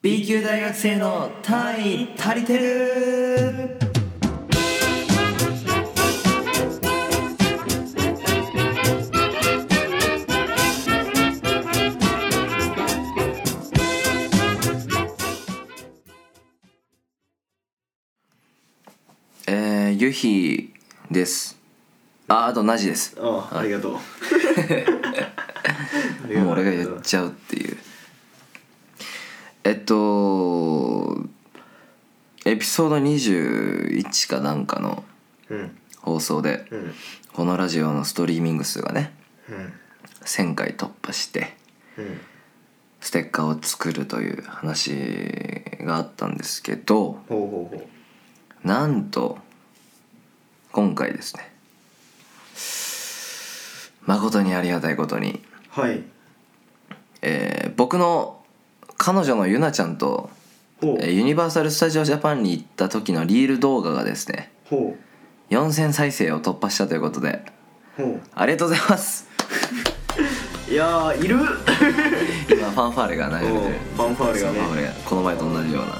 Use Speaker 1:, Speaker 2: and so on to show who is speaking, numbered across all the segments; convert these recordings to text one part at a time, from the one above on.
Speaker 1: B 級大学生の単位足りてるえー、ゆひですああとなじです
Speaker 2: ああありがとうありがと
Speaker 1: もう俺が言っちゃうっていうえっとエピソード21かなんかの
Speaker 2: うん
Speaker 1: 放送で
Speaker 2: うん
Speaker 1: このラジオのストリーミング数がね
Speaker 2: うん
Speaker 1: 1,000回突破して
Speaker 2: うん
Speaker 1: ステッカーを作るという話があったんですけど
Speaker 2: ほうほうほ
Speaker 1: なんと今回ですね誠にありがたいことに、
Speaker 2: うはい
Speaker 1: えー僕の彼女のゆなちゃんと
Speaker 2: ほう
Speaker 1: えーユニバーサル・スタジオ・ジャパンに行った時のリール動画がですね
Speaker 2: ほ
Speaker 1: 4000再生を突破したということで
Speaker 2: うほ
Speaker 1: ありがとうござい ます
Speaker 2: ういやーいる
Speaker 1: 今ファンファーレが流れてる
Speaker 2: おうファンファーレがね
Speaker 1: そうファンファーレがこの前と同じような、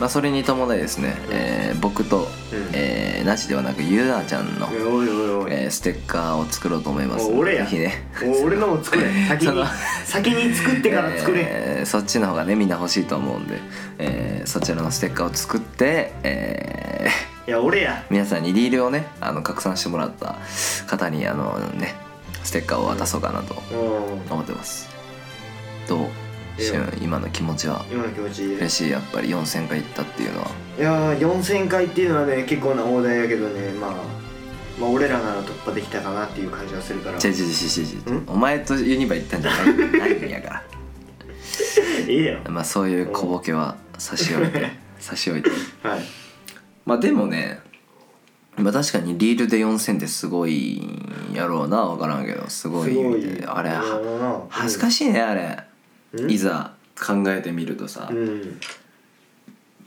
Speaker 1: まあ、それに伴いですね、えー僕と、
Speaker 2: うん
Speaker 1: えーなしではなくゆなちゃんの、
Speaker 2: おいおいお い
Speaker 1: えーステッカーを作ろうと思います
Speaker 2: お俺や
Speaker 1: ぜひね
Speaker 2: お俺のも作れ先
Speaker 1: そ
Speaker 2: に
Speaker 1: の
Speaker 2: 先に作ってから作れ、
Speaker 1: えーそっちの方がねみんな欲しいと思うんで、えーそちらのステッカーを作って、えー
Speaker 2: いや俺や
Speaker 1: 皆さんにリールをねあの拡散してもらった方にあのねステッカーを渡そうかなと
Speaker 2: うん
Speaker 1: 思ってますどう
Speaker 2: ええ
Speaker 1: シュン今の気持ちは
Speaker 2: 今の気持ちいい
Speaker 1: 嬉しいやっぱり4000回行ったっていうのはい
Speaker 2: やー4000回っていうのはね結構な大台やけどねまあまあ俺らなら突破できたかなっていう感じはするから
Speaker 1: ちぇちぇちぇち
Speaker 2: うん
Speaker 1: ぇお前とユニバ行ったんじゃないないんやか
Speaker 2: いいや
Speaker 1: らまあそういう小ボケは差し置い て差し置いて
Speaker 2: はい
Speaker 1: まあでもねまあ確かにリールで4000ってすごいんやろうな分からんけどすごいみたいあれは恥ずか
Speaker 2: し
Speaker 1: しいねあれ
Speaker 2: うん
Speaker 1: いざ考えてみるとさ、
Speaker 2: うん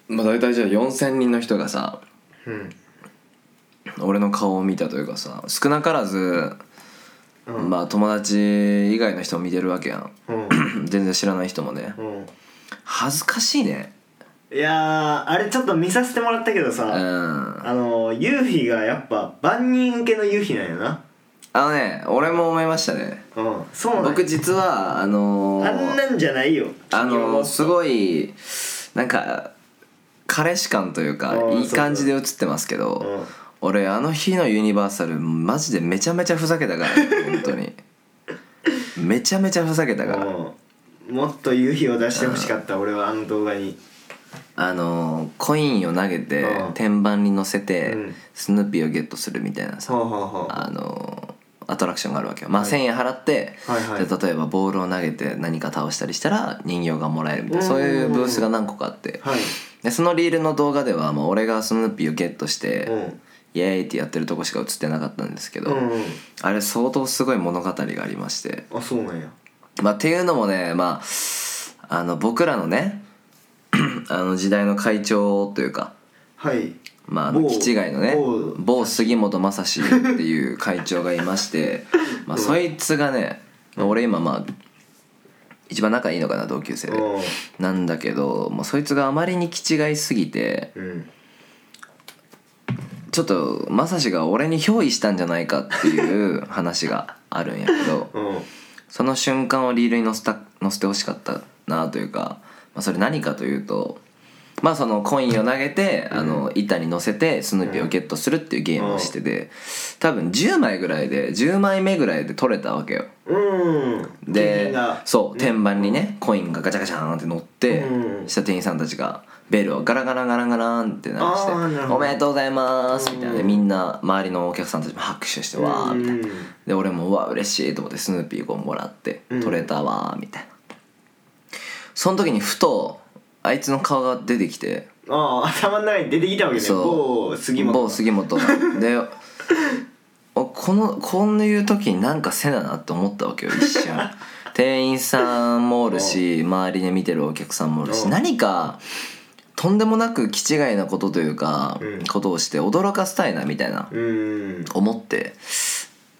Speaker 1: まあ大体じゃあ4,000人の人がさ
Speaker 2: うん
Speaker 1: 俺の顔を見たというかさ少なからず、
Speaker 2: うん
Speaker 1: まあ友達以外の人も見てるわけやん
Speaker 2: うん
Speaker 1: 全然知らない人もね
Speaker 2: うん
Speaker 1: 恥ずかしいね
Speaker 2: いやーあれちょっと見させてもらったけど
Speaker 1: うん
Speaker 2: さ、
Speaker 1: あ
Speaker 2: あのー夕日がやっぱ万人受けの夕日なんやな
Speaker 1: のね俺も思いましたね
Speaker 2: うんそうなんや
Speaker 1: 僕実はあの
Speaker 2: あんなんじゃないよ
Speaker 1: あ
Speaker 2: 君
Speaker 1: の
Speaker 2: も
Speaker 1: すごいなんか彼氏感という
Speaker 2: あ
Speaker 1: か
Speaker 2: ー
Speaker 1: いい感じで映ってますけど、
Speaker 2: うん
Speaker 1: 俺あの日のユニバーサルマジでめちゃめちゃふざけたからね本当 にめちゃめちゃふざけたから
Speaker 2: うんもっと夕日を出してほしかった俺はあの動画に
Speaker 1: あのコインを投げて
Speaker 2: うん
Speaker 1: 天板に乗せて
Speaker 2: うん
Speaker 1: スヌーピーをゲットするみたいな
Speaker 2: は
Speaker 1: さ
Speaker 2: あはあはあ
Speaker 1: あのアトラクションがあるわけよまあ1,000円払って
Speaker 2: はいはい
Speaker 1: で例えばボールを投げて何か倒したりしたら人形がもらえるみたいな
Speaker 2: うん
Speaker 1: そういうブースが何個かあって
Speaker 2: はい
Speaker 1: でそのリールの動画ではもう俺がスヌーピーをゲットして
Speaker 2: うん
Speaker 1: イエーイってやってるとこしか映ってなかったんですけど、
Speaker 2: うんうん
Speaker 1: あれ相当すごい物語がありまして、
Speaker 2: あそうなんや
Speaker 1: まあ、っていうのもね、まあ、あの僕らのね あの時代の会長というか、
Speaker 2: はい
Speaker 1: まあ、あの
Speaker 2: 某
Speaker 1: 基地外のね
Speaker 2: 某
Speaker 1: 某杉本正史っていう会長がいまして、 まあ、そいつがね、まあ俺今まあ一番仲いいのかな同級生で。
Speaker 2: う
Speaker 1: なんだけど、まあ、そいつがあまりに気違いすぎて
Speaker 2: んうん
Speaker 1: ちょっと正史が俺に憑依したんじゃないかっていう話があるんやけど。
Speaker 2: うん
Speaker 1: その瞬間をリールに載せた載せてほしかったなというか、まあ、それ何かというと、まあ、そのコインを投げて、あの板に乗せてスヌーピーをゲットするっていうゲームをしてて、多分10枚ぐらいで10枚目ぐらいで取れたわけよ。
Speaker 2: うん景品
Speaker 1: で
Speaker 2: が
Speaker 1: そう天板にねコインがガチャガチャーンって乗って、
Speaker 2: うん
Speaker 1: した店員さんたちがベルをガラガラガラガランって鳴らして
Speaker 2: あーなる
Speaker 1: 「
Speaker 2: ほど
Speaker 1: おめでとうございます」みたいなで
Speaker 2: うん
Speaker 1: みんな周りのお客さんたちも拍手して「わー」みたいな。
Speaker 2: うん
Speaker 1: で俺もうわ嬉しいと思ってスヌーピー号もらって
Speaker 2: うん
Speaker 1: 取れたわみたいな、その時にふとあいつの顔が出てきて
Speaker 2: ああ頭の中に出てきたわけね
Speaker 1: そう
Speaker 2: 某杉本
Speaker 1: 某杉本がでおこのこういう時になんかせななって思ったわけよ一 瞬店員さんもおるし周りで見てるお客さんもおるし
Speaker 2: うん
Speaker 1: 何かとんでもなく気違いなことというか、
Speaker 2: うん
Speaker 1: ことをして驚かせたいなみたいな
Speaker 2: うん
Speaker 1: 思って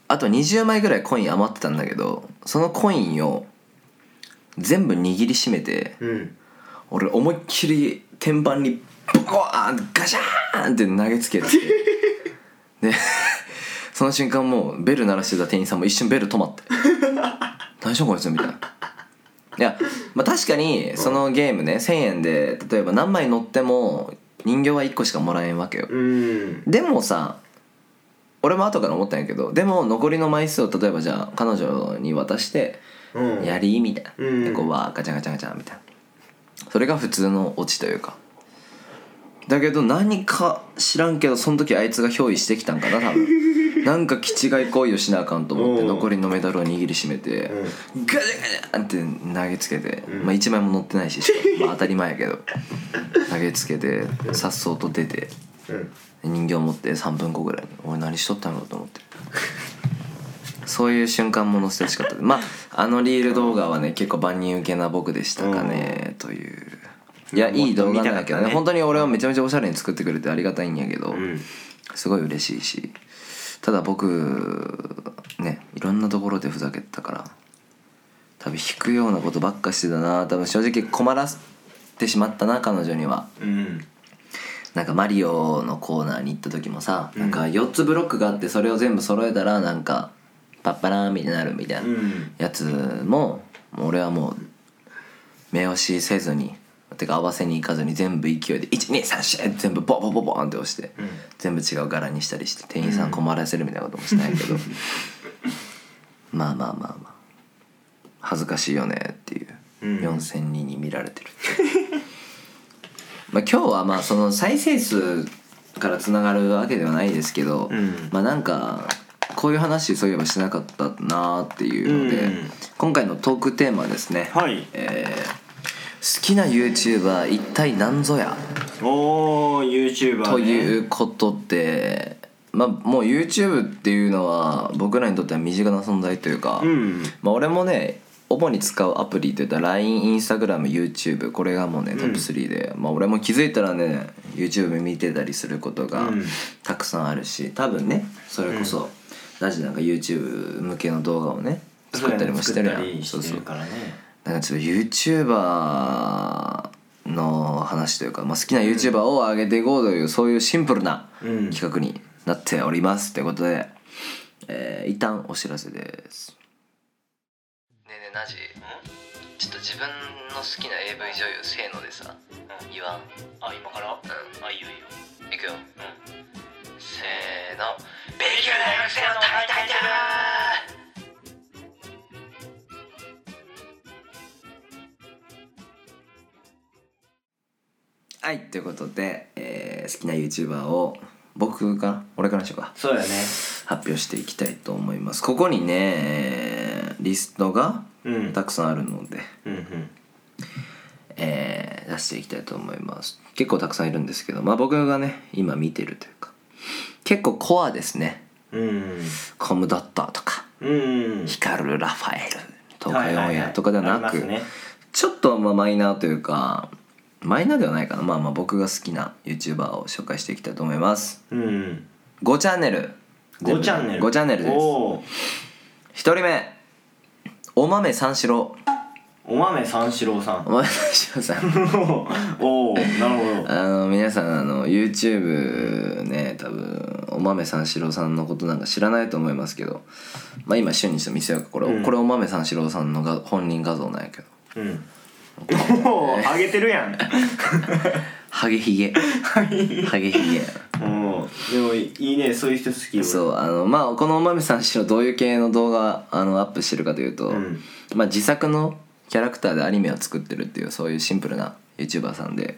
Speaker 1: あと20枚ぐらいコイン余ってたんだけどそのコインを全部握りしめて
Speaker 2: うん
Speaker 1: 俺思いっきり天板にボコーンガシャーンって投げつけてでその瞬間もうベル鳴らしてた店員さんも一瞬ベル止まって「大丈夫こいつ」みたいな。いや、まあ、確かにそのゲームね1,000円で例えば何枚乗っても人形は1個しかもらえんわけよ。
Speaker 2: うん
Speaker 1: でもさ俺も後から思ったんやけどでも残りの枚数を例えばじゃあ彼女に渡して
Speaker 2: うん
Speaker 1: 「やり」みたいな、
Speaker 2: うん
Speaker 1: でこうわーガチャガチャガチャみたいなそれが普通のオチというかだけど何か知らんけどその時あいつが憑依してきたんかな多分 なんか気違い行為をしなあかんと思って
Speaker 2: うん
Speaker 1: 残りのメダルを握りしめて、
Speaker 2: うん
Speaker 1: ガチャガチャって投げつけて、
Speaker 2: うん
Speaker 1: まあ1枚も乗ってないし、まあ、当たり前やけど投げつけてさっそうと出て。
Speaker 2: うん
Speaker 1: 人形持って3分後ぐらいに「俺何しとったんやろ?」と思ってそういう瞬間も載せてほしかったまああのリール動画はね結構万人受けな僕でしたかねといういや
Speaker 2: うん
Speaker 1: いい動画なんだけどね
Speaker 2: 見たかったね
Speaker 1: 本当に俺はめちゃめちゃおしゃれに作ってくれてありがたいんやけど
Speaker 2: うん
Speaker 1: すごい嬉しいしただ僕ねいろんなところでふざけてたから多分引くようなことばっかしてたな多分正直困らせてしまったな彼女には。
Speaker 2: うん
Speaker 1: なんかマリオのコーナーに行った時もさ、
Speaker 2: うん
Speaker 1: なんか4つブロックがあってそれを全部揃えたらなんかパッパラーンみたいになるみたいなやつももう俺はもう目押しせずにてか合わせに行かずに全部勢いで1234全部ボンボンボンボンって押して、
Speaker 2: うん
Speaker 1: 全部違う柄にしたりして店員さん困らせるみたいなこともしないけ ど、まあまあまあまあ恥ずかしいよねっていう、
Speaker 2: うん
Speaker 1: 4,000人に見られてるっていう まあ今日はまあその再生数からつながるわけではないですけど、
Speaker 2: うん
Speaker 1: まあなんかこういう話そういえばしなかったなっていうので、
Speaker 2: うん
Speaker 1: 今回のトークテーマはですね、
Speaker 2: はい
Speaker 1: えー好きな YouTuber 一体何ぞや
Speaker 2: おー YouTuber ね
Speaker 1: ということで、まあもう YouTube っていうのは僕らにとっては身近な存在というか、
Speaker 2: うん
Speaker 1: まあ、俺もね主に使うアプリといったら LINEInstagramYouTube これがもうねトップ3で、まあ、俺も気づいたらね YouTube 見てたりすることが
Speaker 2: うん
Speaker 1: たくさんあるし多分ねそれこそ、ラジなんか YouTube 向けの動画をね作ったりもしてるや
Speaker 2: 作った
Speaker 1: ん
Speaker 2: り
Speaker 1: そう
Speaker 2: して
Speaker 1: そう
Speaker 2: るからね
Speaker 1: なんかちょっと YouTuber の話というか、まあ、好きな YouTuber を上げていこうというそういうシンプルな
Speaker 2: うん
Speaker 1: 企画になっておりますということで、えー一旦お知らせですねえねえなじちょっと自分の好きな AV 女優せーのでさ、言わんあ今からうんあいいよいいよいくよ、せーの「勉強大学生のタイタイだー!」はいということで、えー好きな YouTuber を僕から俺からでしょうか
Speaker 2: そうやね
Speaker 1: 発表していきたいと思いますここにねえーリストが
Speaker 2: うん
Speaker 1: たくさんあるので、
Speaker 2: うんうん
Speaker 1: えー出していきたいと思います結構たくさんいるんですけどまあ僕がね今見てるというか結構コアですね
Speaker 2: うん
Speaker 1: コムドットとか
Speaker 2: うん
Speaker 1: ヒカル・ラファエル東
Speaker 2: はい
Speaker 1: 海オ
Speaker 2: は
Speaker 1: ン
Speaker 2: い
Speaker 1: エ
Speaker 2: は
Speaker 1: ア
Speaker 2: い
Speaker 1: とかではな
Speaker 2: あ
Speaker 1: く、
Speaker 2: りますね
Speaker 1: ちょっとまあマイナーというかマイナーではないかなまあまあ僕が好きな YouTuber を紹介していきたいと思います
Speaker 2: うん
Speaker 1: 5チャンネル
Speaker 2: 5チャンネル
Speaker 1: 5チャンネルです
Speaker 2: おー
Speaker 1: 1人目お豆三四郎
Speaker 2: お豆三四郎さ
Speaker 1: お
Speaker 2: ん
Speaker 1: 豆三四郎さん
Speaker 2: おおなるほど
Speaker 1: あの皆さんあの YouTube ね多分お豆三四郎さんのことなんか知らないと思いますけどまあ今旬にして見せようかこれ、
Speaker 2: うん
Speaker 1: これお豆三四郎さんのが本人画像なんやけど
Speaker 2: うんおお上げてるやん
Speaker 1: ハゲヒゲハゲヒゲ
Speaker 2: うんでもいいねそういう人好きよ
Speaker 1: そうあのまあこのお豆さんしろどういう系の動画あのアップしてるかというと、
Speaker 2: うん
Speaker 1: まあ、自作のキャラクターでアニメを作ってるっていうそういうシンプルな YouTuber さんで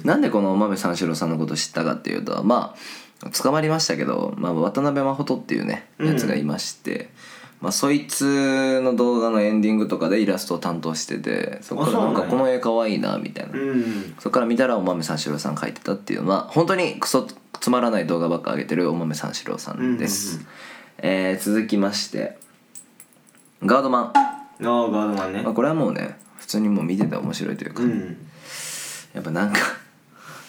Speaker 2: うん
Speaker 1: なんでこのお豆三四郎さんのことを知ったかっていうとまあ捕まりましたけど、まあ、渡辺真琴っていうねやつがいまして、まあ、そいつの動画のエンディングとかでイラストを担当しててそこからなんか
Speaker 2: あそうなんや
Speaker 1: この絵かわいいなみたいな
Speaker 2: うん
Speaker 1: そこから見たらお豆三四郎さん書いてたっていうのは本当にクソつまらない動画ばっか上げてるお豆三四郎さんです、
Speaker 2: うんうん
Speaker 1: えー続きましてガードマン、
Speaker 2: ああガードマンね
Speaker 1: まあ、これはもうね普通にもう見てて面白いというか、
Speaker 2: うん
Speaker 1: やっぱなんか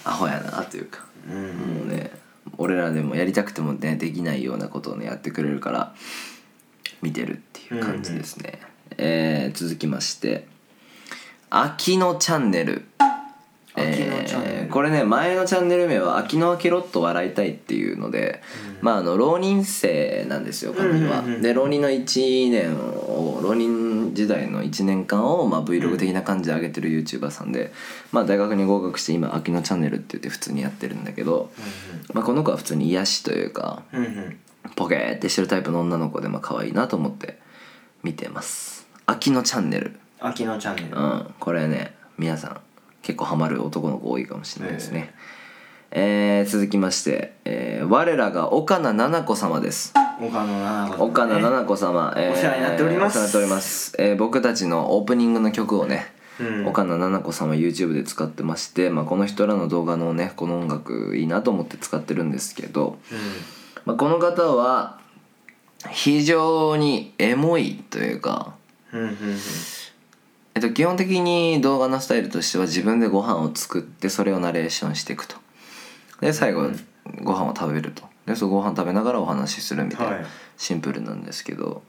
Speaker 1: アホやなというか、
Speaker 2: うん
Speaker 1: もうね俺らでもやりたくてもねできないようなことをねやってくれるから見てるっていう感じですね、えー続きまして「秋のチャンネル」
Speaker 2: 秋野チャンネル
Speaker 1: えーこれね前のチャンネル名は「秋の明けろっと笑いたい」っていうので、まああの浪人生なんですよ彼女は。
Speaker 2: うんうんうん
Speaker 1: で浪人の1年を浪人時代の1年間を、まあ、Vlog 的な感じで上げてる YouTuber さんで、まあ、大学に合格して今「秋のチャンネル」って言って普通にやってるんだけど、まあ、この子は普通に癒しというか
Speaker 2: うんうんうん
Speaker 1: ポケーってしてるタイプの女の子でまあ可愛いなと思って見てます。秋のチャンネル
Speaker 2: 秋野チャンネル
Speaker 1: うん、これね皆さん結構ハマる男の子多いかもしれないですね、えー続きまして、えー我らが岡名七子様です
Speaker 2: 岡野七子さんね
Speaker 1: 岡名七子様、えー
Speaker 2: お世話になっておりま
Speaker 1: お世話
Speaker 2: す
Speaker 1: になっておりますえー僕たちのオープニングの曲をね、
Speaker 2: うん
Speaker 1: 岡名七子様 YouTube で使ってまして、まあ、この人らの動画のねこの音楽いいなと思って使ってるんですけど、
Speaker 2: う
Speaker 1: まあ、この方は非常にエモいというか
Speaker 2: んうんうんうん
Speaker 1: えっと、基本的に動画のスタイルとしては自分でご飯を作ってそれをナレーションしていくとで最後ご飯を食べるとでそのご飯食べながらお話しするみたいな、
Speaker 2: はい
Speaker 1: シンプルなんですけど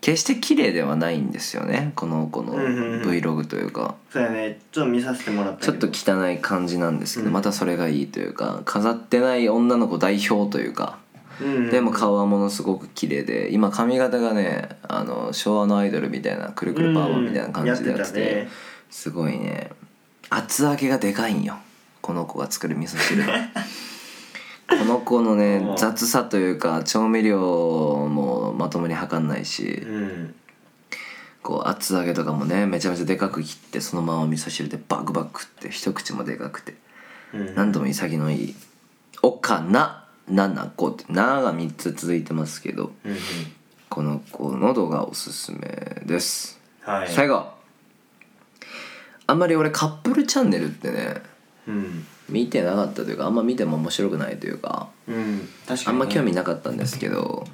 Speaker 1: 決して綺麗ではないんですよねこの子の
Speaker 2: うんうんうん
Speaker 1: Vlog というか
Speaker 2: そうやねちょっと見させてもらった
Speaker 1: ちょっ
Speaker 2: け
Speaker 1: と
Speaker 2: ど
Speaker 1: 汚い感じなんですけど、
Speaker 2: うん
Speaker 1: またそれがいいというか飾ってない女の子代表というか
Speaker 2: うんうん
Speaker 1: でも顔はものすごく綺麗で今髪型がねあの昭和のアイドルみたいなくるくるパーマみたいな感じでやってて,、
Speaker 2: うんやってたね
Speaker 1: すごいね厚揚げがでかいんよこの子が作る味噌 汁この子のね
Speaker 2: うん
Speaker 1: 雑さというか調味料もまともに量んないし、
Speaker 2: うん
Speaker 1: こう厚揚げとかもねめちゃめちゃでかく切ってそのまま味噌汁でバクバクって一口もでかくて
Speaker 2: うん
Speaker 1: 何度も潔い「おかな」「ななこ」って「な」が3つ続いてますけど
Speaker 2: うんうん
Speaker 1: この子の動画おすすめです、
Speaker 2: はい
Speaker 1: 最後あんまり俺カップルチャンネルってね
Speaker 2: うん
Speaker 1: 見てなかったというかあんま見ても面白くないというか
Speaker 2: うん確
Speaker 1: あ
Speaker 2: か
Speaker 1: ん
Speaker 2: にね
Speaker 1: ま興味なかったんですけど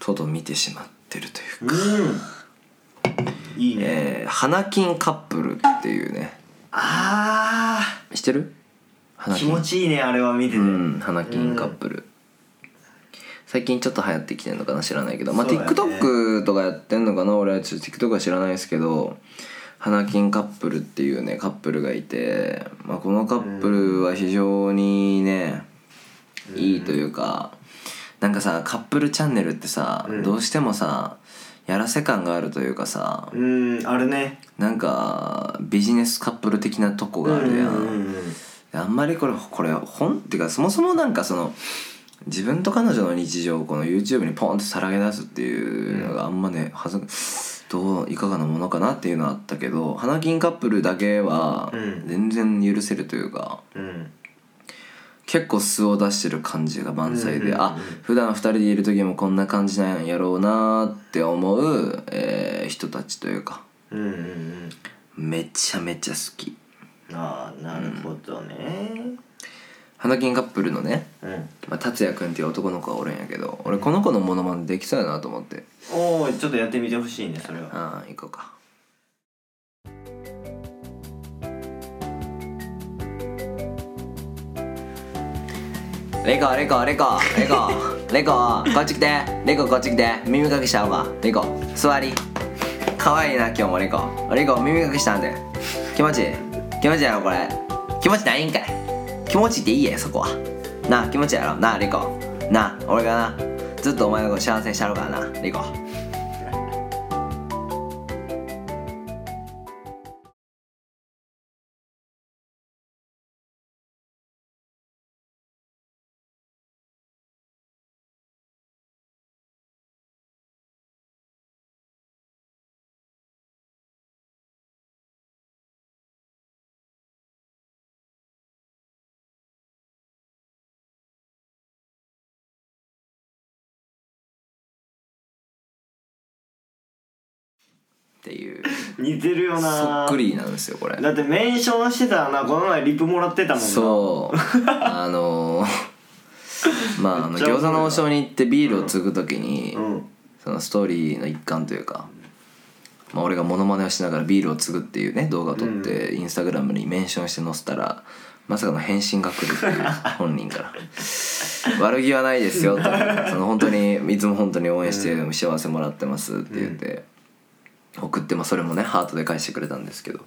Speaker 1: とうとう見てしまってるというか
Speaker 2: うんいいね
Speaker 1: えー花金カップルっていうね
Speaker 2: あ
Speaker 1: 知ってる
Speaker 2: ー
Speaker 1: 花
Speaker 2: 気
Speaker 1: 金
Speaker 2: 持ちいいねあれは見てて
Speaker 1: うん花金カップル、最近ちょっと流行ってきてるのかな知らないけど、まあ、
Speaker 2: そうだね
Speaker 1: TikTok とかやってんのかな俺はちょっと TikTok は知らないですけど花金カップルっていうねカップルがいて、まあ、このカップルは非常にね、いいというかなんかさカップルチャンネルってさ、
Speaker 2: うん
Speaker 1: どうしてもさやらせ感があるというかさ
Speaker 2: うんあれね
Speaker 1: なんかビジネスカップル的なとこがあるや
Speaker 2: うんんうんうん
Speaker 1: あんまりこれこれ本っていうかそもそもなんかその自分と彼女の日常をこの YouTube にポンとさらけ出すっていうのがあんまねはずどういかがなものかなっていうのはあったけど花金カップルだけは
Speaker 2: う
Speaker 1: 全
Speaker 2: ん
Speaker 1: 然許せるというか、
Speaker 2: うん
Speaker 1: 結構素を出してる感じが満載で、
Speaker 2: うんうんうん
Speaker 1: あ普段二人でいる時もこんな感じなんやろうなって思う、えー人たちというか
Speaker 2: うんうんうん
Speaker 1: めちゃめちゃ好き。
Speaker 2: ああなるほどね
Speaker 1: 花金カップルのね
Speaker 2: うん
Speaker 1: まあ、達也君っていう男の子がおるんやけど俺この子のモノマネできそうやなと思って
Speaker 2: おおちょっとやってみてほしいねそれは
Speaker 1: ああ行こうかレコレコレコレコレコこっち来てレコこっち来て耳かきしたほうがレコ座り可愛いな今日もレコレコ耳かきしたんで気持ちいい気持ちいいやろこれ気持ちないんかい気持ちいいっていいやそこはなあ気持ちいいやろなあレコなあ俺がなずっとお前のこと幸せにしたろうからなレコっていう
Speaker 2: 似てるよ
Speaker 1: そ
Speaker 2: な
Speaker 1: っくりなんですよこれ
Speaker 2: だってメンションしてたなこの前リプもらってたもんな
Speaker 1: そう あのーまああの
Speaker 2: めっち
Speaker 1: 餃
Speaker 2: ゃおもろいな
Speaker 1: 子の王将に行ってビールを継ぐ時に、
Speaker 2: うん
Speaker 1: そのストーリーの一環というか、まあ、俺がモノマネをしながらビールを継ぐっていうね動画を撮って、インスタグラムにメンションして載せたらまさかの返信が来るっていう 本人から「悪気はないですよ」と「その本当にいつも本当に応援して幸せもらってます」って言って、送ってもそれもねハートで返してくれたんですけど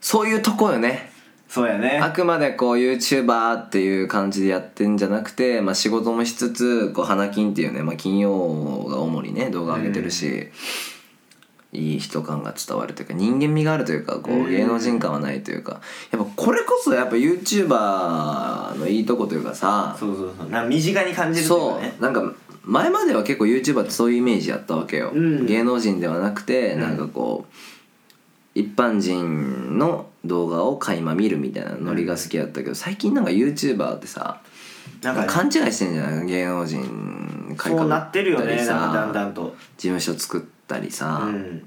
Speaker 1: そういうとこよね
Speaker 3: そうやね
Speaker 1: あくまでこう YouTuber っていう感じでやってんじゃなくて、まあ、仕事もしつつこう花金っていうね、まあ、金曜が主にね動画上げてるし、いい人感が伝わるというか人間味があるというかこう芸能人感はないというかやっぱこれこそやっぱ YouTuber のいいとこというかさ
Speaker 3: そうそうそうなんか身近に感じるという
Speaker 1: そ
Speaker 3: かね
Speaker 1: うなんか前までは結構 YouTuber ってそういうイメージやったわけよ、
Speaker 2: うん
Speaker 1: 芸能人ではなくてなんかこう、一般人の動画を垣間見るみたいなノリが好きだったけど最近なんか YouTuber ってさ
Speaker 3: なんかね
Speaker 1: 勘違いしてんじゃない芸能人買い
Speaker 3: そう
Speaker 1: 被
Speaker 3: なってるよね
Speaker 1: ったり
Speaker 3: なん
Speaker 1: さ
Speaker 3: かだんだんと
Speaker 1: 事務所作ったり
Speaker 3: う
Speaker 1: さ、
Speaker 3: ん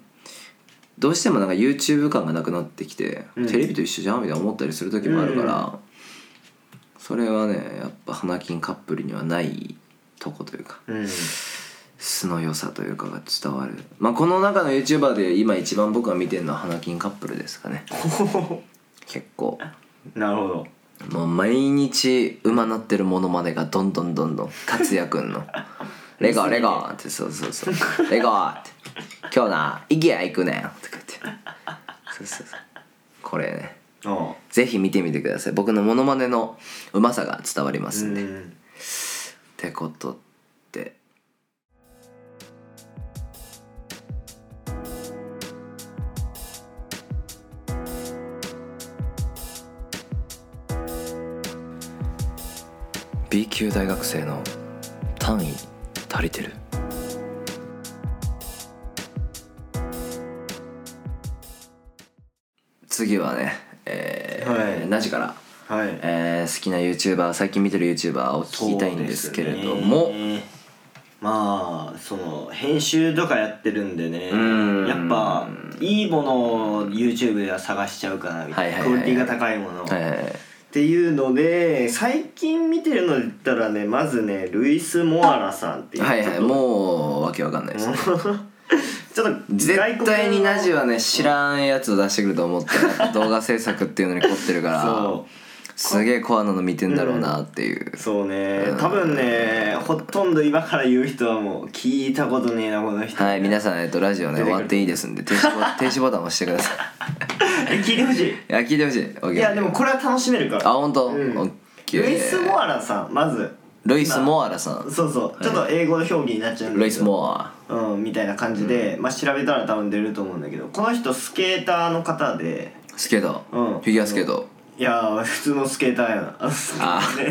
Speaker 1: どうしてもなんか YouTube 感がなくなってきて、
Speaker 3: うん
Speaker 1: テレビと一緒じゃんみたいな思ったりする時もあるから、それはねやっぱ花金カップルにはないとこというか
Speaker 3: うん
Speaker 1: 素の良さというかが伝わる、まあ、この中の YouTuber で今一番僕が見てるのは花金カップルですかね結構
Speaker 3: なるほど
Speaker 1: もう毎日馬なってるモノマネがどんどんどんどん達也くんの「レゴレゴ」ってそうそうそう「レゴ」って「今日なイケア行くねん」とか言ってそうそうそうこれね
Speaker 3: おう
Speaker 1: ぜひ見てみてください僕のモノマネのうまさが伝わりますんで、っ
Speaker 3: ん
Speaker 1: てことって「B 級大学生の単位足りてる」次はね、えー
Speaker 3: はい
Speaker 1: 何時から
Speaker 3: はい
Speaker 1: えー好きな YouTuber 最近見てる YouTuber を聞きたいんですけれども
Speaker 3: そうですねまあその編集とかやってるんでね
Speaker 1: うん
Speaker 3: やっぱいいものを YouTube では探しちゃうかなみたいな
Speaker 1: はい
Speaker 3: クオ
Speaker 1: はいはい
Speaker 3: リ
Speaker 1: はい
Speaker 3: ティが高いもの
Speaker 1: え
Speaker 2: っていうので最近見てるので言ったらねまずねルイス・モアラさんってい
Speaker 1: ー
Speaker 2: う
Speaker 1: はいはい
Speaker 2: ちょっ
Speaker 1: もうわけわかんないですね
Speaker 2: とちょっと外
Speaker 1: 絶
Speaker 2: 国の
Speaker 1: 対にナジはね知らんやつを出してくると思ったら動画制作っていうのに凝ってるから
Speaker 3: そ
Speaker 1: すげえコアなの見てんだろうなっていう、
Speaker 3: そうね多分ねほとんど今から言う人はもう聞いたことねえなこの人
Speaker 1: はい皆さん、えっと、ラジオ
Speaker 3: 出
Speaker 1: ね
Speaker 3: てく
Speaker 1: 終
Speaker 3: る
Speaker 1: わっていいですんで停止ボ 停止ボタン押してくださ
Speaker 3: え聞いてほしい
Speaker 1: いいや聞いてほしい OK
Speaker 2: いやでもこれは楽しめるから
Speaker 1: あ本当、
Speaker 2: うん
Speaker 1: OK
Speaker 2: ルイス・モ
Speaker 1: ア
Speaker 2: アラさんまず
Speaker 1: ルイス・モアラさん
Speaker 2: そうそうちょっと英語の表記になっちゃうんだけど
Speaker 1: ルイス・モア
Speaker 2: うん、みたいな感じで、まあ調べたら多分出ると思うんだけどこの人スケーターの方で
Speaker 1: スケート、
Speaker 2: うん
Speaker 1: フィギュアスケート、
Speaker 2: いやー普通のスケーターやなあの
Speaker 1: あ
Speaker 2: なんて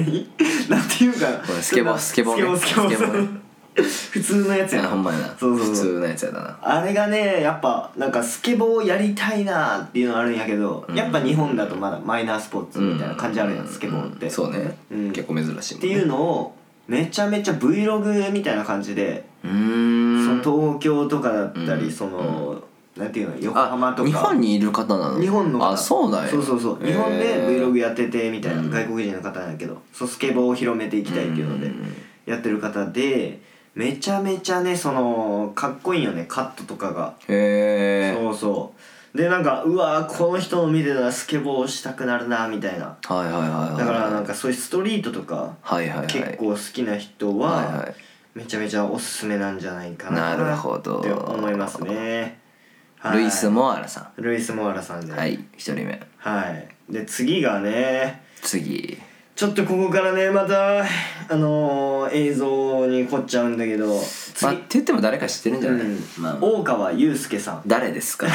Speaker 2: いうかな
Speaker 1: これスケボースケボーね
Speaker 2: スケボースケ
Speaker 1: ス
Speaker 2: ボー
Speaker 1: ケボーね
Speaker 2: 普通のやつや
Speaker 1: あほんまやな
Speaker 2: そうそ
Speaker 1: 普
Speaker 2: うそう
Speaker 1: 通のやつやだな
Speaker 2: あれがねやっぱなんかスケボーやりたいなーっていうのあるんやけど、やっぱ日本だとまだマイナースポーツみたいな感じあるやん、スケボーって、
Speaker 1: そうね、
Speaker 2: うん
Speaker 1: 結構珍しいもんね
Speaker 2: っていうのをめちゃめちゃ Vlog みたいな感じで、
Speaker 1: うーん
Speaker 2: その東京とかだったり、
Speaker 1: うん
Speaker 2: その、なんていうの横浜
Speaker 1: あ
Speaker 2: とか
Speaker 1: 日本にいる方なの
Speaker 2: 日本の方
Speaker 1: あそうだよ
Speaker 2: そうそうそう日本で Vlog やっててみたいな、
Speaker 1: うん
Speaker 2: 外国人の方なんやけどそうスケボーを広めていきたいっていうので
Speaker 1: うん
Speaker 2: やってる方でめちゃめちゃねそのかっこいいよねカットとかが、
Speaker 1: へえ
Speaker 2: そうそうでなんかうわーこの人を見てたらスケボーしたくなるなみたいな
Speaker 1: はいはいはいはい
Speaker 2: だからなんかそういうストリートとか
Speaker 1: はいはいはい
Speaker 2: 結構好きな人
Speaker 1: はい
Speaker 2: は
Speaker 1: は
Speaker 2: めちゃめちゃおすすめなんじゃないかな
Speaker 1: なるほど
Speaker 2: って思いますね、
Speaker 1: いルイス・
Speaker 2: モ
Speaker 1: モアラさ
Speaker 2: ルイス・モアラさんで
Speaker 1: ん
Speaker 2: は
Speaker 1: はい一人目
Speaker 2: はい、で次がね
Speaker 1: 次
Speaker 2: ちょっとここからねまたあのー映像に凝っちゃうんだけど次、
Speaker 1: まあって言っても誰か知ってるんじゃない、
Speaker 2: うん
Speaker 1: まあ、
Speaker 2: 大川祐介さん
Speaker 1: 誰ですか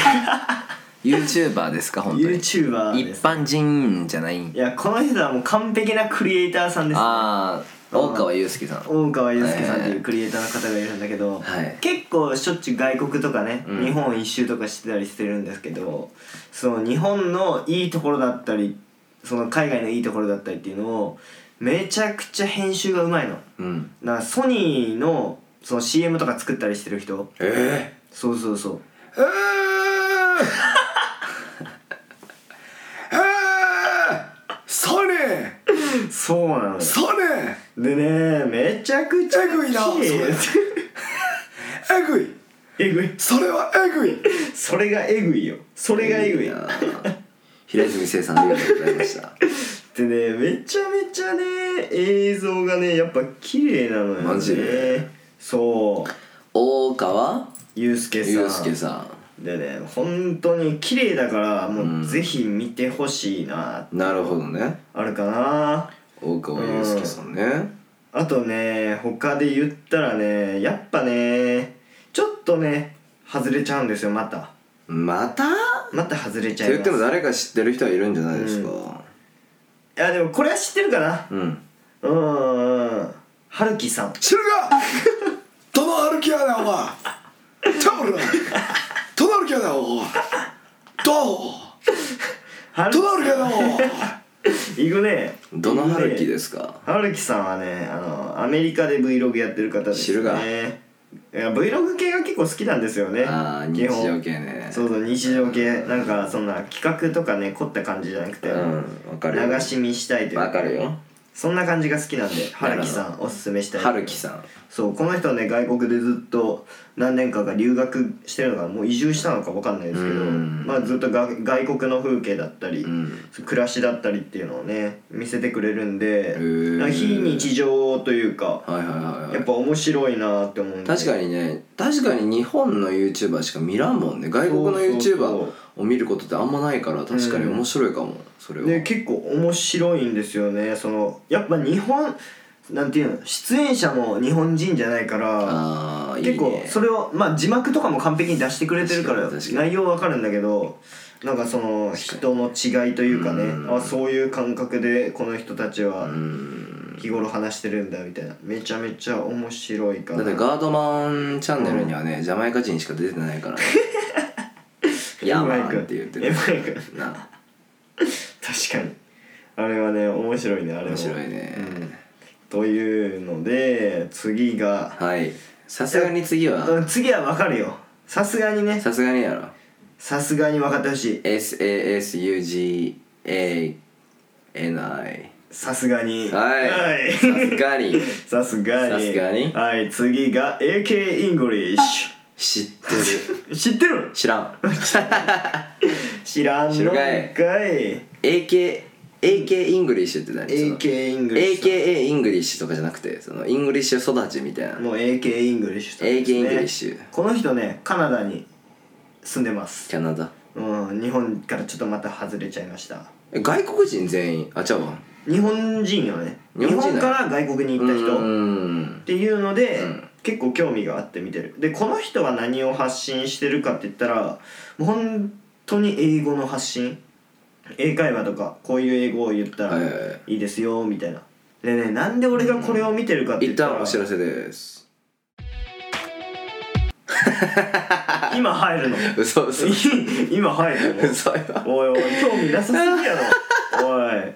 Speaker 1: YouTuber ですか本当に
Speaker 2: YouTuber
Speaker 1: 一
Speaker 2: です
Speaker 1: 般人じゃない
Speaker 2: いやこの人はもう完璧なクリエイターさんです
Speaker 1: ああ大川祐介さん
Speaker 2: 大川祐介さんっていうクリエイターの方がいるんだけど、
Speaker 1: はい
Speaker 2: 結構しょっちゅう外国とかね、
Speaker 1: うん
Speaker 2: 日本一周とかしてたりしてるんですけどその日本のいいところだったりその海外のいいところだったりっていうのをめちゃくちゃ編集がうまいの。
Speaker 1: うん
Speaker 2: なソニーのその CM とか作ったりしてる人
Speaker 1: え
Speaker 2: そうそうそう
Speaker 1: えええソニー
Speaker 2: そうなのよ
Speaker 1: ソニー
Speaker 2: でねめちゃくちゃ
Speaker 1: えぐいな
Speaker 2: 綺麗
Speaker 1: そえぐい
Speaker 2: えぐい
Speaker 1: それはえぐい
Speaker 2: それがえぐいよそれがえぐい
Speaker 1: 平泉成さんありがとうございました
Speaker 2: でねめちゃめちゃね映像がねやっぱ綺麗なのよね
Speaker 1: マジで
Speaker 2: そう
Speaker 1: 大川
Speaker 2: ユうスケさん
Speaker 1: 祐介さん
Speaker 2: でね本当に綺麗だからもうぜひ見てほしいな、
Speaker 1: なるほどね
Speaker 2: あるかな
Speaker 1: 大川祐介さんね
Speaker 2: あとね他で言ったらねやっぱねちょっとね外れちゃうんですよまた
Speaker 1: またっ
Speaker 2: また外れち
Speaker 1: て
Speaker 2: ゃい
Speaker 1: 言っ
Speaker 2: ます
Speaker 1: ても誰か知ってる人はいるんじゃないですか
Speaker 2: いやでもこれは知ってるかな
Speaker 1: うん、
Speaker 2: うーんはるきさん
Speaker 4: 知るかどの歩きやねんお前ちゃう俺どの歩きやねんお前ど
Speaker 2: は
Speaker 4: う
Speaker 2: る
Speaker 4: どの歩きやねんお前
Speaker 2: いくね
Speaker 1: どの春樹
Speaker 2: す
Speaker 1: ですか
Speaker 2: はるきさんはねあのアメリカで Vlog やってる方ですね
Speaker 1: 知るが
Speaker 2: いや Vlog 系が結構好きなんですよね
Speaker 1: ああ日
Speaker 2: 基本
Speaker 1: 常系ね
Speaker 2: そうそう日常系なんかそんな企画とかね凝った感じじゃなくて、
Speaker 1: うんわかるよ
Speaker 2: 流し見したいという
Speaker 1: わかるよ
Speaker 2: そんな感じが好きなんではるき
Speaker 1: な
Speaker 2: さ
Speaker 1: る
Speaker 2: んおすすめしたい
Speaker 1: 春樹さん
Speaker 2: そうこの人ね外国でずっと何年かが留学してるのかもう移住したのか分かんないですけど、
Speaker 1: うん
Speaker 2: まあ、ずっとが外国の風景だったり、
Speaker 1: うん
Speaker 2: 暮らしだったりっていうのをね見せてくれるんで
Speaker 1: ー
Speaker 2: なんか非日常というか
Speaker 1: はいはいはいはい
Speaker 2: やっぱ面白いなって思うんで
Speaker 1: 確かにね確かに日本の YouTuber しか見らんもんね外国の
Speaker 2: そうそうそう
Speaker 1: YouTuber を見ることってあんまないから確かに面白いかも、それは、
Speaker 2: で結構面白いんですよねそのやっぱ日本なんていうの出演者も日本人じゃないから
Speaker 1: ああいいね
Speaker 2: 結構それをまあ字幕とかも完璧に出してくれてるから
Speaker 1: 確かに確かに
Speaker 2: 内容わかるんだけどなんかその人の違いというかねあそういう感覚でこの人たちは日頃話してるんだみたいなめちゃめちゃ面白いか
Speaker 1: だ
Speaker 2: ら
Speaker 1: ってガードマンチャンネルにはね、ジャマイカ人しか出てないから、ね、ヤーマンって言って
Speaker 2: エ
Speaker 1: る
Speaker 2: マイク
Speaker 1: な
Speaker 2: 確かにあれはね面白いねあれも
Speaker 1: 面白いね、
Speaker 2: というので次が
Speaker 1: はいさすがに次は
Speaker 2: うん次は分かるよさすがにね
Speaker 1: さすがにやろ
Speaker 2: さすがに分かってほしい
Speaker 1: SASUGANI
Speaker 2: さすがに
Speaker 1: はいさすがに
Speaker 2: さすがに
Speaker 1: さすがに
Speaker 2: はい次が AK イングリッ
Speaker 1: 知
Speaker 2: シ
Speaker 1: って る
Speaker 2: ュ知ってる
Speaker 1: 知らん
Speaker 2: 知らん
Speaker 1: 知る
Speaker 2: の
Speaker 1: か
Speaker 2: か
Speaker 1: い
Speaker 2: い
Speaker 1: AK AK イングリッシュって何その
Speaker 2: AK イングリッシュ
Speaker 1: AKA イングリッシュとかじゃなくてそのイングリッシュ育ちみたいな
Speaker 2: もう AK イングリッシュと
Speaker 1: AK イングリッシュ
Speaker 2: この人ねカナダに住んでます
Speaker 1: キャナダ
Speaker 2: うん日本からちょっとまた外れちゃいました
Speaker 1: え外国人全員あちゃうわ
Speaker 2: 日本人よね
Speaker 1: 日
Speaker 2: 日
Speaker 1: 本人だ
Speaker 2: 本から外国に行った人
Speaker 1: うーん
Speaker 2: っていうので、
Speaker 1: うん
Speaker 2: 結構興味があって見てるでこの人は何を発信してるかって言ったらもう本当に英語の発信英会話とかこういう英語を言ったら
Speaker 1: はいはいはい
Speaker 2: いいですよみたいなでねなんで俺がこれを見てるかって
Speaker 1: 一
Speaker 2: 言ったら
Speaker 1: 旦お知らせです
Speaker 2: 今 入るの
Speaker 1: 嘘嘘
Speaker 2: 今入るの
Speaker 1: 嘘よ
Speaker 2: おいおい興味なさすぎや ろおい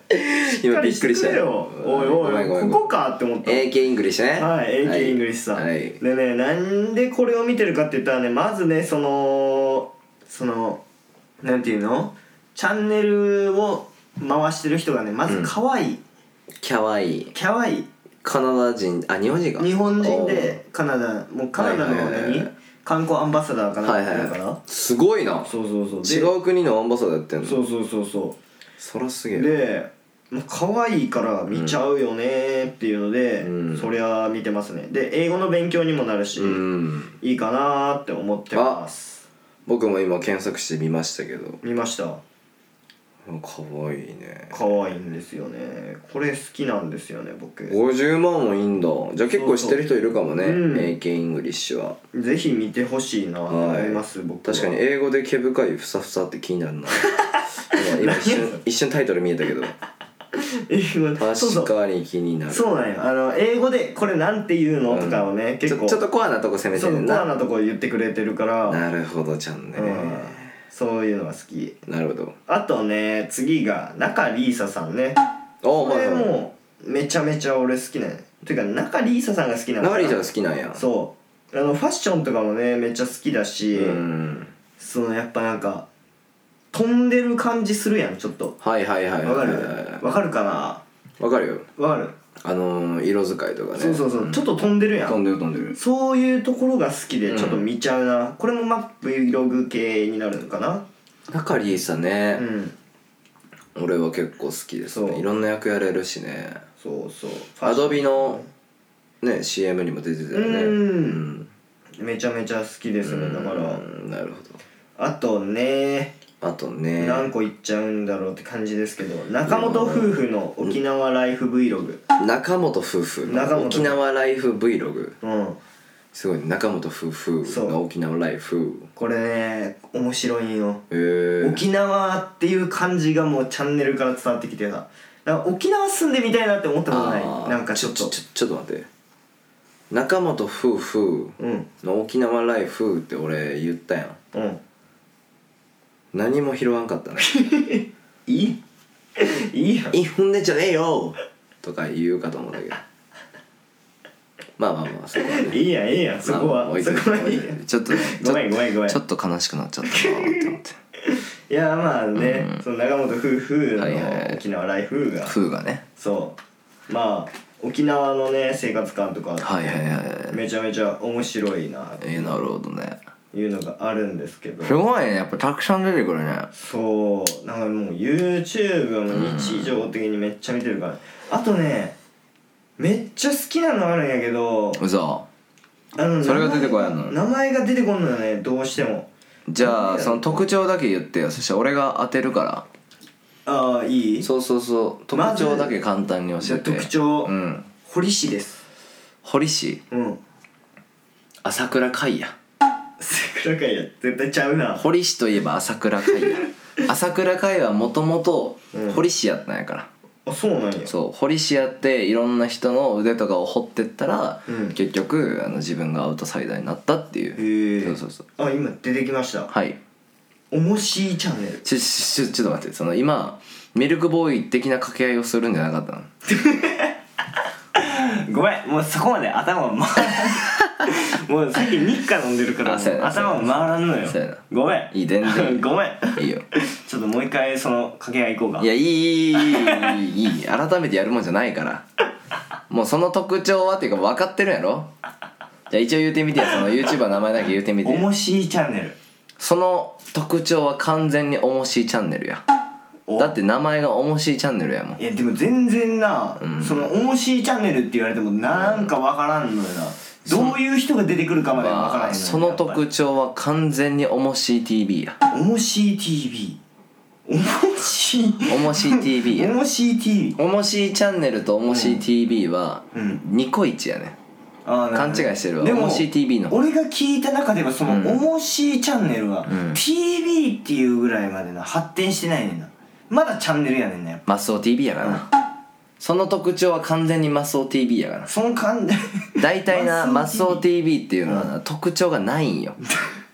Speaker 2: しっ
Speaker 1: 今
Speaker 2: か
Speaker 1: び
Speaker 2: り
Speaker 1: っ
Speaker 2: し
Speaker 1: く
Speaker 2: て
Speaker 1: りし
Speaker 2: く
Speaker 1: た
Speaker 2: れよおいお
Speaker 1: ごめん
Speaker 2: い
Speaker 1: ごめん
Speaker 2: こ
Speaker 1: ご
Speaker 2: こかって思った
Speaker 1: めん AK イングリッシュね
Speaker 2: はい、AK イングリッシュさん、
Speaker 1: はい
Speaker 2: でねなんでこれを見てるかって言ったらねまずねそのそのなんていうのチャンネルを回してる人がねまず可愛い、
Speaker 1: キャワイイ
Speaker 2: キャワイイ
Speaker 1: カナダ人あ日本人か
Speaker 2: 日本人でカナダもうカナダの
Speaker 1: はいはいはいはい
Speaker 2: 何観光アンバサダー
Speaker 1: お
Speaker 2: か
Speaker 1: ー
Speaker 2: なんか
Speaker 1: はい
Speaker 2: だから、
Speaker 1: はいはいすごいな
Speaker 2: そうそうそう
Speaker 1: 違
Speaker 2: で
Speaker 1: う国のアンバサダーやってんの
Speaker 2: そうそうそうそう
Speaker 1: そらすげえ
Speaker 2: でもう可愛いから見ちゃうよねーっていうので、
Speaker 1: うん
Speaker 2: そりゃ見てますねで英語の勉強にもなるし、
Speaker 1: うん
Speaker 2: いいかなーって思ってます
Speaker 1: 僕も今検索してみましたけど
Speaker 2: 見ました
Speaker 1: かわいいね
Speaker 2: 可愛いんですよねこれ好きなんですよね僕
Speaker 1: 50万もいいんだじゃあ結構知ってる人いるかもね
Speaker 2: そうそううん
Speaker 1: AK イングリッシュは
Speaker 2: ぜひ見てほしいなと思います、僕は
Speaker 1: 確かに英語で毛深いふさふさって気になるな 今今一瞬一瞬タイトル見えたけど
Speaker 2: 英語そうそ
Speaker 1: 確
Speaker 2: う
Speaker 1: かに気になる
Speaker 2: そうなんよあの英語でこれなんて言うの、
Speaker 1: うん
Speaker 2: とかをね
Speaker 1: ち
Speaker 2: 結
Speaker 1: ょ
Speaker 2: 構
Speaker 1: ちょっとコアなとこ攻めて
Speaker 2: そう
Speaker 1: る
Speaker 2: コア
Speaker 1: な
Speaker 2: なとこ言ってくれてるから、
Speaker 1: なるほどちゃんね
Speaker 2: うん、そういうのが好き
Speaker 1: なるほど
Speaker 2: あとね次が中里依紗さんね
Speaker 1: お
Speaker 2: こ
Speaker 1: お
Speaker 2: れもうめちゃめちゃ俺好きなんよていうか中里依紗さんが好きなの
Speaker 1: ナリーちゃんが好きなんや
Speaker 2: そうあのファッションとかもねめっちゃ好きだし、
Speaker 1: うん
Speaker 2: そのやっぱなんか飛んでる感じするやんちょっと
Speaker 1: はいはいはい
Speaker 2: わ
Speaker 1: は
Speaker 2: か
Speaker 1: い
Speaker 2: る
Speaker 1: は
Speaker 2: わかるかない
Speaker 1: わかるよ
Speaker 2: わかる
Speaker 1: あのー色使いとかね
Speaker 2: そうそうそうちょっと飛んでるや
Speaker 1: 飛ん
Speaker 2: ん
Speaker 1: でる飛んでる
Speaker 2: そういうところが好き
Speaker 1: う
Speaker 2: で
Speaker 1: ん
Speaker 2: ちょっと見ちゃうなこれもまあ Vlog 系になるのかな
Speaker 1: 中リーさん
Speaker 2: う
Speaker 1: ね、
Speaker 2: ん
Speaker 1: 俺は結構好きです
Speaker 2: そ
Speaker 1: ね
Speaker 2: う
Speaker 1: いろんな役やれるしね
Speaker 2: そうそう
Speaker 1: アドビのね CM にも出てたよね
Speaker 2: うん
Speaker 1: ん
Speaker 2: めちゃめちゃ好きですねだから
Speaker 1: うんなるほ
Speaker 2: あとね
Speaker 1: あとね
Speaker 2: 何個いっちゃうんだろうって感じですけど中本夫婦の沖縄ライフ Vlog
Speaker 1: 中本夫婦
Speaker 2: 中
Speaker 1: の
Speaker 2: 本
Speaker 1: 沖縄ライフ Vlog
Speaker 2: うん
Speaker 1: すごいね中本夫婦
Speaker 2: そう
Speaker 1: の沖縄ライフ
Speaker 2: これね面白いよ
Speaker 1: へえ
Speaker 2: 沖縄っていう感じがもうチャンネルから伝わってきてさなんか沖縄住んでみたいなって思ったことない
Speaker 1: あー
Speaker 2: なんかちょっと
Speaker 1: ちょちょっと待って中本夫婦
Speaker 2: うん
Speaker 1: の沖縄ライフって俺言ったやん
Speaker 2: うん
Speaker 1: 何も拾わんか ったね
Speaker 2: いい いいやん
Speaker 1: いい踏んでんじゃねえよとか言うかと思ったけどまあまあまあそこはね
Speaker 2: いいやんいいやんそこ
Speaker 1: まあまあ
Speaker 2: は
Speaker 1: 置い
Speaker 2: そ
Speaker 1: といて
Speaker 2: こはいいやん
Speaker 1: ちょっとねちょ
Speaker 2: ごめんごめんごめん
Speaker 1: ちょっと悲しくなっちゃったなって思 って
Speaker 2: いやまあね、その長本夫婦
Speaker 1: はいはいはい
Speaker 2: の沖縄ライフが、
Speaker 1: 風がね
Speaker 2: そうまあ沖縄のね生活感とか
Speaker 1: はいはいはいはい
Speaker 2: めちゃめちゃ面白いな
Speaker 1: えー、なるほどね
Speaker 2: というのがあるんですけど
Speaker 1: すごいねやっぱたくさん出てくるね
Speaker 2: そうなんかもう YouTube も日常的にめっちゃ見てるから、あとねめっちゃ好きなのあるんやけど
Speaker 1: うそ
Speaker 2: あの
Speaker 1: それが出てこや
Speaker 2: い
Speaker 1: んの
Speaker 2: 名前が出てこんのよねどうしても
Speaker 1: じゃあその特徴だけ言ってよそしたら俺が当てるから
Speaker 2: ああいい
Speaker 1: そうそうそう特
Speaker 2: まず
Speaker 1: 徴だけ簡単に
Speaker 2: じ
Speaker 1: 教
Speaker 2: ゃ
Speaker 1: え
Speaker 2: あ
Speaker 1: て
Speaker 2: 特徴、
Speaker 1: うん
Speaker 2: 堀氏です
Speaker 1: 堀市
Speaker 2: うん
Speaker 1: 朝倉海也
Speaker 2: 桜会や絶対ちゃうな
Speaker 1: 堀市といえば朝倉海 也朝倉海也はもともと
Speaker 2: うん
Speaker 1: 堀市やったんやから、
Speaker 2: あそうなんや
Speaker 1: そう堀市やっていろんな人の腕とかを掘ってったら、
Speaker 2: うん
Speaker 1: 結局あの自分がアウトサイダーになったっていう
Speaker 2: へえ
Speaker 1: そうそうそう
Speaker 2: あ今出てきました
Speaker 1: はい
Speaker 2: 「おもしいチャンネル
Speaker 1: ちょちょちょちょっと待ってその今ミルクボーイ的な掛け合いをするんじゃなかったの
Speaker 3: ごめんもうそこまで頭回 らんもうさっき日課飲んでるから
Speaker 1: あそうやな
Speaker 3: 頭回らんのよ
Speaker 1: そうやな
Speaker 3: ごめん
Speaker 1: いい全 然
Speaker 3: ごめん
Speaker 1: いいよ
Speaker 3: ちょっともう一回その掛け合い行こうか
Speaker 1: いやいいいいいいいいい改めてやるもんじゃないからもうその特徴はっていうか分かってるやろじゃあ一応言うてみてよその YouTuber 名前だけ言うてみて
Speaker 3: おもしいチャンネル
Speaker 1: その特徴は完全に「おもしいチャンネルや」
Speaker 3: お
Speaker 1: だって名前が「おもしいチャンネル」やもん
Speaker 3: いやでも全然な、その「おもしいチャンネル」って言われてもなんかわからんのよな、どういう人が出てくるかまでわから
Speaker 1: ま
Speaker 3: ん
Speaker 1: あ
Speaker 3: のよ
Speaker 1: その
Speaker 3: やっぱり
Speaker 1: 特徴は完全に「おもしい TV や」
Speaker 3: おもしい TV おもしい
Speaker 1: 「おもしい TV
Speaker 3: お
Speaker 1: や」
Speaker 3: もしい TV
Speaker 1: 「おもしいチャンネル」と「おもしい TV は」
Speaker 3: うん
Speaker 1: ニコイチやね
Speaker 3: あーなるほど
Speaker 1: 勘違いしてるわ
Speaker 3: でも
Speaker 1: おもしい TV の方
Speaker 3: 俺が聞いた中ではその「おもしいチャンネル」は
Speaker 1: ん
Speaker 3: TV っていうぐらいまでな発展してないねんなまだチャンネルやねんなやっぱ
Speaker 1: マスオ TV やからなその特徴は完全にマスオ TV やから
Speaker 3: その感じ
Speaker 1: 大体なマスオ TV っていうのはな特徴がないんよ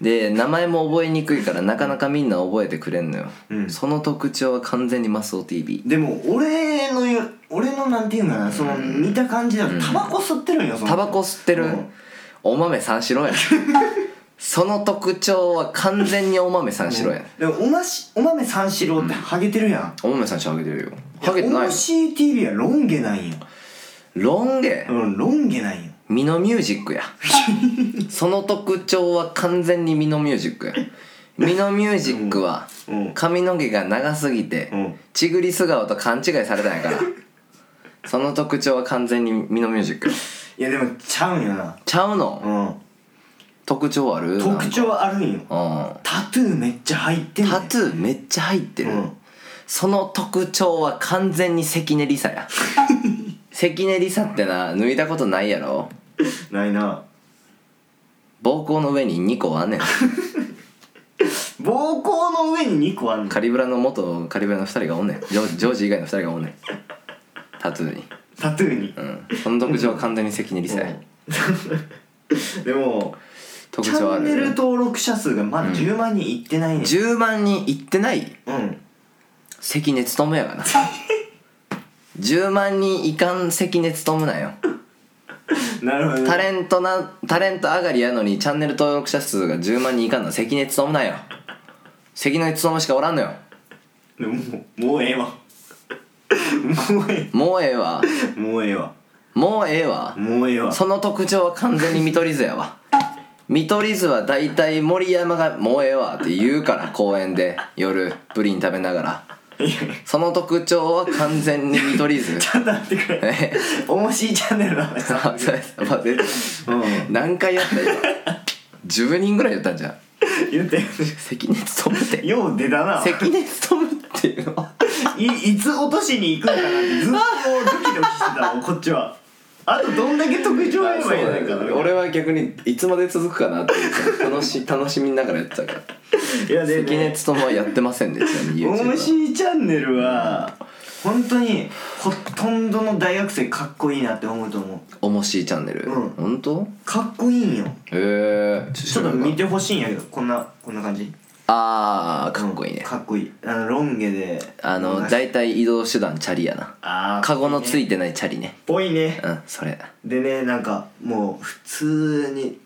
Speaker 1: で名前も覚えにくいからなかなかみんな覚えてくれんのよ、
Speaker 3: うん
Speaker 1: その特徴は完全にマスオ TV
Speaker 3: でも俺のよ俺のなんていうんかなその見た感じだとタバコ吸ってるんよその
Speaker 1: タバコ吸ってる、
Speaker 3: うん
Speaker 1: お豆三 四郎やその特徴は完全にお豆三四郎や、
Speaker 3: でもおましお豆三四郎ってハゲてるやん、
Speaker 1: お豆三四郎ハゲてるよハゲて
Speaker 3: お
Speaker 1: ない
Speaker 3: もしい TV はロン毛なんよ
Speaker 1: ロン毛
Speaker 3: うんロン毛なんよ
Speaker 1: ミノミュージックやその特徴は完全にミノミュージックやミノミュージックは
Speaker 3: うん
Speaker 1: 髪の毛が長すぎて
Speaker 3: うん
Speaker 1: ちぐりす顔と勘違いされたんやからその特徴は完全にミノミュージック
Speaker 3: いやでもちゃうんよな
Speaker 1: ちゃうの
Speaker 3: うん
Speaker 1: 特徴ある
Speaker 3: 特徴はあるんよ
Speaker 1: なんか
Speaker 3: タトゥーめっちゃ入って
Speaker 1: うんん
Speaker 3: ねん
Speaker 1: タトゥーめっちゃ入ってる、
Speaker 3: うん
Speaker 1: その特徴は完全に関根梨 沙や関根梨沙ってな抜いたことないやろ
Speaker 3: ないな
Speaker 1: 膀胱の上に2個あんねん
Speaker 3: 膀胱の上に2個あんの
Speaker 1: カリブラの元カリブラの2人がおんねんジョジョージ以外の2人がおんねんタトゥーに、
Speaker 3: タトゥーに
Speaker 1: うん、その特徴は完全に関根理沙や
Speaker 2: でも
Speaker 1: 特
Speaker 3: チャ
Speaker 1: 徴あ
Speaker 3: ン
Speaker 1: る
Speaker 3: ネル登録者数がまだ10万人いってないねん
Speaker 1: 10万人いってない
Speaker 3: うん
Speaker 1: 関根勤や がな10万人いかん関根勤なんよ
Speaker 3: なるほどね
Speaker 1: タレントなタレント上がりやのにチャンネル登録者数が10万人いかんのは関根勤なんよ関根勤しかおらんのよ
Speaker 3: でももうもうええわ もうえ
Speaker 1: もうええわ
Speaker 3: えもうええわ
Speaker 1: もうええわ
Speaker 3: もうええわ
Speaker 1: その特徴は完全に見取り図やわ見取り図は大体森山が「もうええわ」って言うから公園で夜プリン食べながらその特徴は完全に見取り図
Speaker 3: ちょっと待ってくれ
Speaker 1: え
Speaker 3: おもしいチャンネルの話
Speaker 1: あそうやまあで
Speaker 3: うん
Speaker 1: 何回やった今10人ぐらいやったんじゃん
Speaker 2: 言って
Speaker 1: 関根勤めて
Speaker 2: よう出たな
Speaker 1: 関根勤めっていうの
Speaker 2: いいつ落としに行くんかなってずっともうドキドキしてたもんこっちはあとどんだけ特上やればいいないかな
Speaker 1: 俺は逆にいつまで続くかなっていう楽し楽しみながらやってたから
Speaker 2: いやで
Speaker 1: 関根
Speaker 2: ね
Speaker 1: 勤めはやってませんでしたね
Speaker 2: 「おむ
Speaker 1: YouTube は
Speaker 2: しチャンネルは」本当にほとんどの大学生かっこいいなって思うと思う
Speaker 1: おもしいチャンネル、
Speaker 2: うん
Speaker 1: 本当
Speaker 2: かっこいいんよ
Speaker 1: ええ
Speaker 2: ちょっと見てほしいんやけどこんなこんな感じ
Speaker 1: ああかっこいいね
Speaker 2: かっこいいあのロン毛で
Speaker 1: あの
Speaker 2: だい
Speaker 1: 大体移動手段チャリやな
Speaker 2: あー
Speaker 1: カゴのついてないチャリね
Speaker 2: ぽいね
Speaker 1: うんそれ
Speaker 2: でねなんかもう普通に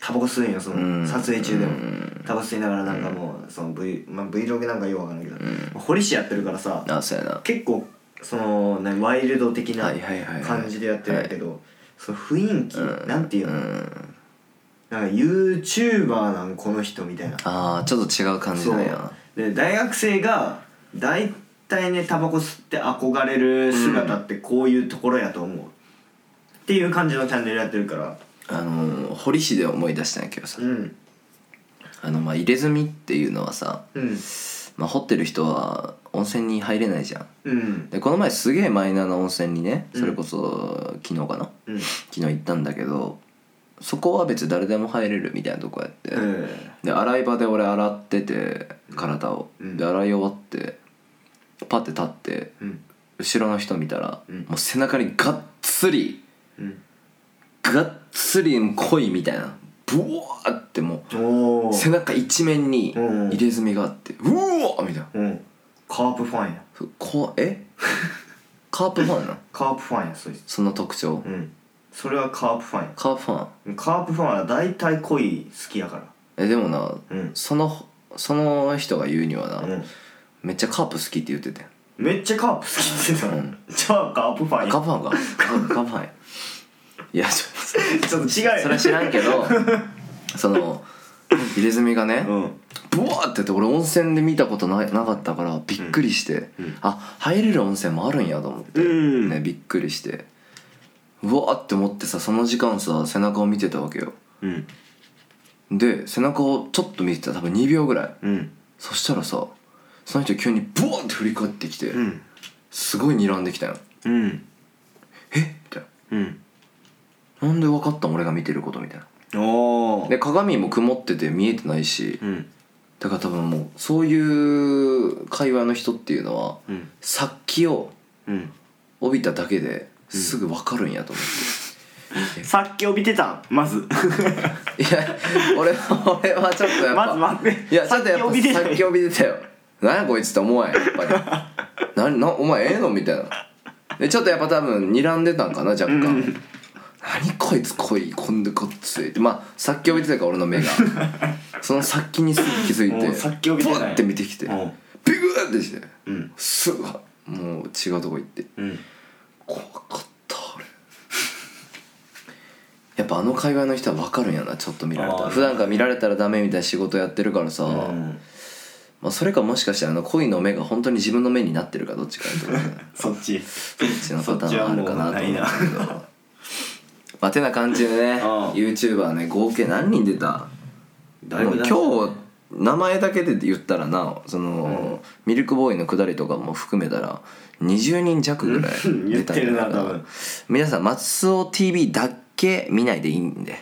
Speaker 2: タバコ吸うんよそ
Speaker 1: うん
Speaker 2: の撮影中でも
Speaker 1: うん
Speaker 2: タバコ吸いながらなんかもうその V、まあ、Vlog なんかようわからんないけど、堀市やってるからさ
Speaker 1: あそうやな
Speaker 2: 結構その何ワイルド的な
Speaker 1: はいはいはいはい
Speaker 2: 感じでやってるんやけど、その雰囲気、
Speaker 1: うん
Speaker 2: なんていう
Speaker 1: う
Speaker 2: の、
Speaker 1: ん
Speaker 2: なんか YouTuber なんこの人みたいな
Speaker 1: ああちょっと違う感じ
Speaker 2: そう
Speaker 1: なんや
Speaker 2: で大学生が大体ねタバコ吸って憧れる姿ってこういうところやと思う、っていう感じのチャンネルやってるから
Speaker 1: あのー堀市で思い出したんやけどさ
Speaker 2: うん
Speaker 1: あのまあ入れ墨っていうのはさ、
Speaker 2: うん
Speaker 1: まあ、掘ってる人は温泉に入れないじゃん
Speaker 2: うん
Speaker 1: でこの前すげえマイナーな温泉にねそれこそ昨日かな
Speaker 2: うん
Speaker 1: 昨日行ったんだけどそこは別に誰でも入れるみたいなとこやって、で洗い場で俺洗ってて体を、
Speaker 2: うん
Speaker 1: で洗い終わってパッて立って
Speaker 2: うん
Speaker 1: 後ろの人見たら、
Speaker 2: うん
Speaker 1: もう背中にがっつり
Speaker 2: うん
Speaker 1: がっつり濃いみたいなブワーっても
Speaker 2: お
Speaker 1: う
Speaker 2: お
Speaker 1: 背中一面に
Speaker 2: うん
Speaker 1: 入れ墨があってうおーみたいな
Speaker 2: うんカープファンや
Speaker 1: ふこえ カープファンなん
Speaker 2: カープファンやそいつ
Speaker 1: その特徴、
Speaker 2: うんそれはカープファンや
Speaker 1: カープファン
Speaker 2: カープファンは大体恋好きやか
Speaker 1: えでもな
Speaker 2: らうん
Speaker 1: そのその人が言うにはな、
Speaker 2: うん
Speaker 1: めっちゃカープ好きって言ってて
Speaker 2: めっちゃカープ好きって言ってたじゃあカープファン
Speaker 1: カー
Speaker 2: や
Speaker 1: プファンかうんカープファンやいやちょっと
Speaker 2: ちょっと違うよ
Speaker 1: それは知らんけどその入れ墨がね
Speaker 2: うん
Speaker 1: ブワーってやって俺温泉で見たことななかったからびっくりして、あ入れる温泉もあるんやと思って、
Speaker 2: うん
Speaker 1: ね、びっくりしてうわーって思ってさその時間さ背中を見てたわけよ
Speaker 2: うん
Speaker 1: で背中をちょっと見てた多分2秒ぐらい
Speaker 2: うん
Speaker 1: そしたらさその人急にブワーって振り返ってきて、
Speaker 2: うん
Speaker 1: すごい睨んできたよ
Speaker 2: うん
Speaker 1: えみたい
Speaker 2: うん
Speaker 1: ななんで分かったん俺が見てることみたいな
Speaker 2: おお
Speaker 1: で鏡も曇ってて見えてないし、
Speaker 2: うん
Speaker 1: だから多分もうそういう会話の人っていうのは、
Speaker 2: うん
Speaker 1: 殺気を
Speaker 2: うん
Speaker 1: 帯びただけですぐ分かるんやと思
Speaker 2: さっき帯びてたんまず
Speaker 1: って、いや俺は俺はちょっとやっぱ
Speaker 2: まず待って
Speaker 1: いやちょっとやっ
Speaker 2: さっき
Speaker 1: ぱ
Speaker 2: 帯びてたよ
Speaker 1: さっき帯びてたよ何やこいつって思わんやっぱ りななお前ええのみたいなでちょっとやっぱ多分睨んでたんかな若干、何こいつこいこんでこっついてまあさっき帯びてたから俺の 目がその先にすぐ気づい
Speaker 2: も
Speaker 1: て
Speaker 2: う殺気帯びてない
Speaker 1: ブワッて見てきてビ
Speaker 2: うん
Speaker 1: クッてして
Speaker 2: うん
Speaker 1: すぐもう違うとこ行って
Speaker 2: うん
Speaker 1: 怖かった俺やっぱあの界隈の人は分かるんやなちょっと見られた
Speaker 2: あ
Speaker 1: ら
Speaker 2: ー
Speaker 1: 普段から見られたらダメみたいな仕事やってるからさ、
Speaker 2: うん
Speaker 1: まあ、それかもしかしたらあの恋の目が本当に自分の目になってるかどっちかやと思う
Speaker 2: そっち
Speaker 1: そっちのパターンはあるかなと思うんだ
Speaker 2: そ
Speaker 1: けどまあてな感じでね
Speaker 2: ん
Speaker 1: YouTuber ね合計何人出た
Speaker 2: だいぶ
Speaker 1: もう
Speaker 2: だ
Speaker 1: 今日名前だけで言ったらなその、ミルクボーイのくだりとかも含めたら20人弱ぐらい
Speaker 2: うん
Speaker 1: 出たんじゃないか
Speaker 2: 言ってるな多分
Speaker 1: 皆さん松尾 TV だけ見ないでいいん で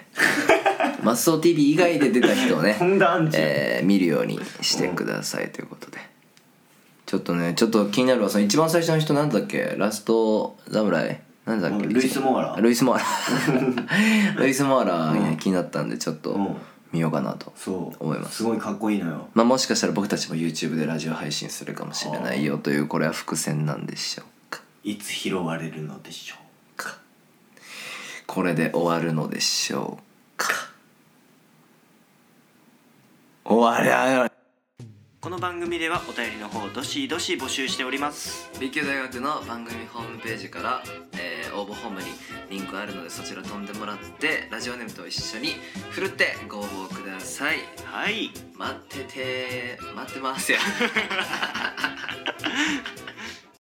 Speaker 1: 松尾 TV 以外で出た人をね
Speaker 2: とんだアンチ
Speaker 1: えー見るようにしてくださいということで、ちょっとねちょっと気になるのはその一番最初の人なんだっけラスト侍なんだっけ
Speaker 2: うんルイスモアラ
Speaker 1: ルイス・モア ラルイス・モアラね気になったんでちょっと
Speaker 2: うん
Speaker 1: 見ようかなと
Speaker 2: そう
Speaker 1: 思います
Speaker 2: すごいかっこいいのよ
Speaker 1: まあ、もしかしたら僕たちも YouTube でラジオ配信するかもしれないよというこれは伏線なんでしょうか
Speaker 2: いつ拾われるのでしょ
Speaker 1: これで終わるのでしょうか終わりゃ
Speaker 2: うこの番組ではお便りの方どしどし募集しております
Speaker 1: 立教大学の番組ホームページから、えー応募ホームにリンクあるのでそちら飛んでもらってラジオネームと一緒にふるってご応募ください
Speaker 2: はい
Speaker 1: 待ってて待ってますや